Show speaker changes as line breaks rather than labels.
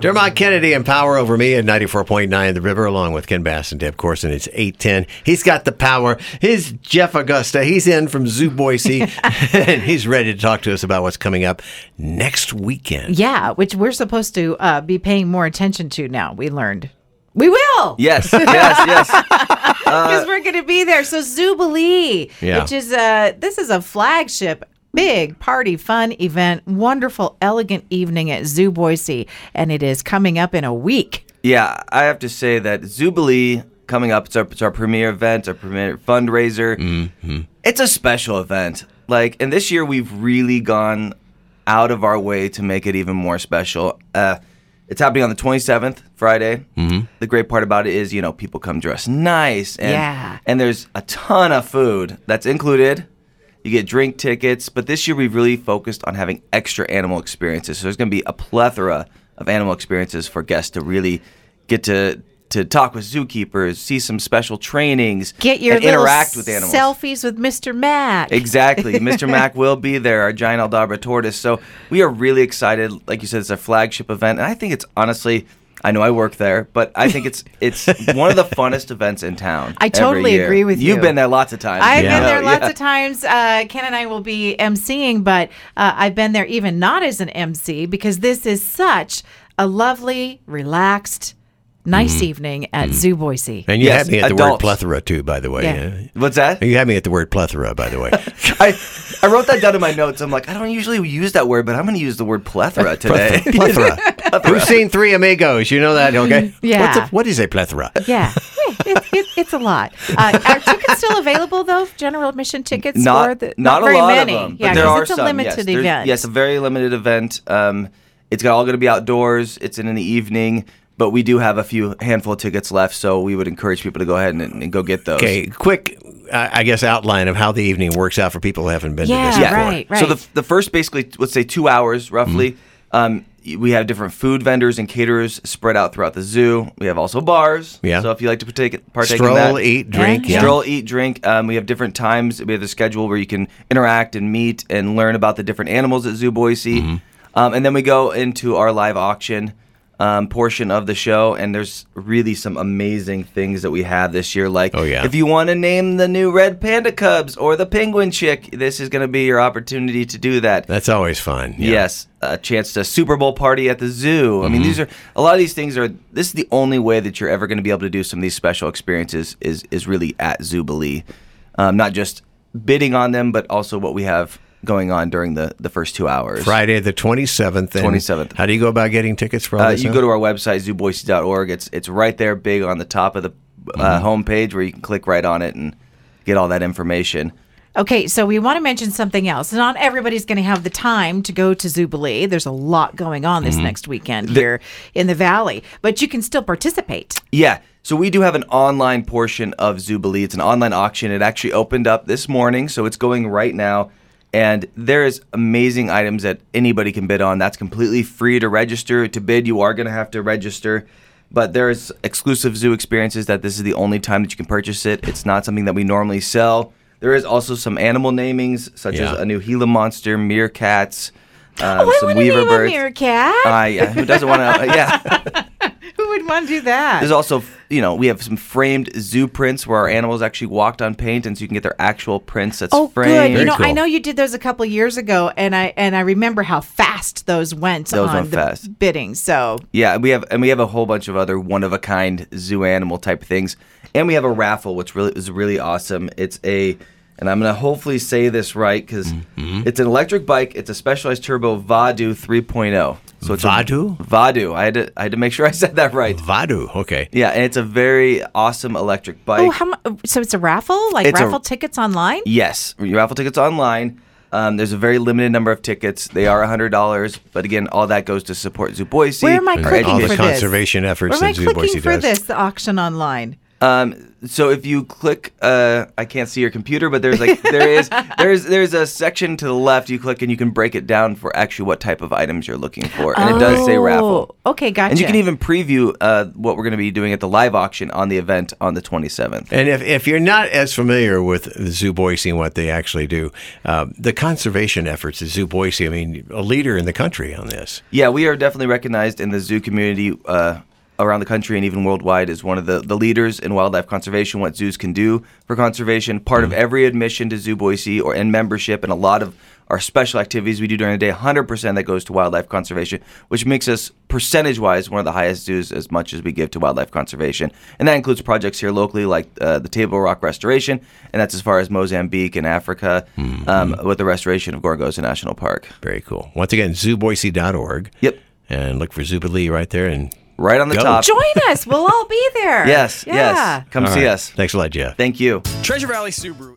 Dermot Kennedy and Power Over Me at 94.9 The River, along with Ken Bass and Deb Corson. It's 810. He's got the power. He's Jeff Augusta. He's in from Zoo Boise, and he's ready to talk to us about what's coming up next weekend.
Yeah, which we're supposed to uh, be paying more attention to now. We learned. We will.
Yes, yes, yes.
because we're going to be there. So Zubilee,
Yeah.
which is a this is a flagship big party fun event, wonderful elegant evening at Zoo Boise, and it is coming up in a week.
Yeah, I have to say that Zubilee coming up. It's our it's our premier event, our premier fundraiser. It's a special event. Like, and this year we've really gone out of our way to make it even more special. Uh, it's happening on the 27th, Friday. Mm-hmm. The great part about it is, you know, people come dressed nice, and
Yeah.
and there's a ton of food that's included. You get drink tickets, but this year we've really focused on having extra animal experiences. So there's going to be a plethora of animal experiences for guests to really get to to talk with zookeepers, see some special trainings,
Get your
and
little
interact with animals.
selfies with Mr. Mac.
Exactly. Mr. Mac will be there, our giant Aldabra tortoise. So we are really excited. Like you said, it's a flagship event. And I think it's honestly, I know I work there, but I think it's it's one of the funnest events in town.
I
every
totally
year.
agree with you.
You've been there lots of times.
I've
Yeah.
been there
Yeah.
lots of times. Uh, Ken and I will be emceeing, but uh, I've been there even not as an MC because this is such a lovely, relaxed, nice
Mm.
evening at Zoo Boise.
And you
Yes,
had me at the word
adults.
plethora, too, by the way.
Yeah.
Yeah.
What's that?
You had me at the word plethora, by the way.
I, I wrote that down in my notes. I'm like, I don't usually use that word, but I'm going to use the word plethora today.
plethora. We've seen Three Amigos. You know that, okay?
Yeah.
What's a, what is a plethora?
Yeah, it, it, it's a lot. Uh, are tickets still available though? General admission tickets?
not,
or the,
not,
very
a lot
many.
of them.
Yeah,
but there
'cause
are
it's a
some.
limited
yes, There's-
event.
Yes, a very limited event. Um, it's got- all going to be outdoors. It's in the evening, but we do have a few handful of tickets left, so we would encourage people to go ahead and, and go get those.
Okay, quick, uh, I I guess, outline of how the evening works out for people who haven't been to
Yeah,
this
Yeah,
before.
right, right.
So the the first basically let's say two hours roughly.
Mm-hmm.
Um, y- we have different food vendors and caterers spread out throughout the zoo. We have also bars.
Yeah.
So if you like to partake, partake in
Stroll,
that,
eat, drink.
Yeah.
Yeah.
Stroll, eat, drink. Um, we have different times. We have a schedule where you can interact and meet and learn about the different animals at Zoo Boise.
Mm-hmm.
Um, and then we go into our live auction um, portion of the show. And there's really some amazing things that we have this year. Like,
Oh, yeah.
if you want to name the new red panda cubs or the penguin chick, this is going to be your opportunity to do that.
That's always fun. Yeah.
Yes, a chance to Super Bowl party at the zoo. I mean, these
Mm-hmm.
are a lot of these things are. This is the only way that you're ever going to be able to do some of these special experiences is is really at Zubilee, um, not just bidding on them, but also what we have going on during the the first two hours.
Friday the 27th. and
27th.
How do you go about getting tickets for all
Uh,
this?
you go to our website zooboise.org. It's it's right there, big on the top of the uh,
Mm-hmm.
homepage where you can click right on it and get all that information.
Okay, so we want to mention something else. Not everybody's going to have the time to go to Zubilee. There's a lot going on
Mm-hmm.
this next weekend here in the valley, but you can still participate.
Yeah. So we do have an online portion of Zubilee. It's an online auction. It actually opened up this morning, so it's going right now. And there is amazing items that anybody can bid on. That's completely free to register. To bid, you are going to have to register. But there is exclusive zoo experiences that this is the only time that you can purchase it. It's not something that we normally sell. There is also some animal namings, such
Yeah.
as a new Gila monster, meerkats, um,
oh, I
some
want to
weaver
name
birds.
a meerkat.
Uh, yeah, who doesn't want to? yeah.
Who would want to do that?
There's also, you know, we have some framed zoo prints where our animals actually walked on paint, and so you can get their actual prints that's
Oh,
framed.
good. You know, I
cool.
know you did those a couple years ago, and I and I remember how fast those went
Those
on
went
the
fast.
bidding. So
Yeah, we have, and we have a whole bunch of other one of a kind zoo animal type things, and we have a raffle, which really is really awesome. It's a, and I'm gonna hopefully say this right because it's an electric bike. It's a specialized turbo Vadu 3.0. So it's a-
Vadu? Oh.
Vadu. I had to, I had to make sure I said that right.
Vadu. Okay.
Yeah, and it's a very awesome electric bike.
oh, how mu- so it's a raffle, like
It's a-
raffle tickets online.
Yes, your raffle tickets online. Um, there's a very limited number of tickets. They are $100, but again, all that goes to support Zoo Boise.
Where am I
our
clicking
all
for
the
education.
this?
conservation efforts
Where am I
that Zoo Boise
clicking for
does.
this auction online?
Um, so if you click, uh, I can't see your computer, but there's like there is there's there's a section to the left you click and you can break it down for actually what type of items you're looking for, and it does say raffle.
Oh, Okay, gotcha.
And you can even preview uh, what we're going to be doing at the live auction on the event on the 27th.
And if, if you're not as familiar with Zoo Boise and what they actually do, uh, the conservation efforts at Zoo Boise, I mean, a leader in the country on this.
Yeah, we are definitely recognized in the zoo community uh, around the country and even worldwide as one of the, the leaders in wildlife conservation, what zoos can do for conservation. Part of every admission to Zoo Boise or in membership and a lot of our special activities we do during the day, 100% that goes to wildlife conservation, which makes us percentage wise one of the highest zoos as much as we give to wildlife conservation. And that includes projects here locally like uh, the Table Rock Restoration, and that's as far as Mozambique and Africa um, with the restoration of Gorgosa National Park.
Very cool. Once again, zooboise.org.
Yep.
And look for Zubilee right there. And
Right on the
Go.
top.
join us. We'll all be there.
Yes,
Yeah.
yes. Come
All
see
right.
us.
Thanks a lot, Jeff.
Thank you.
Treasure Valley Subaru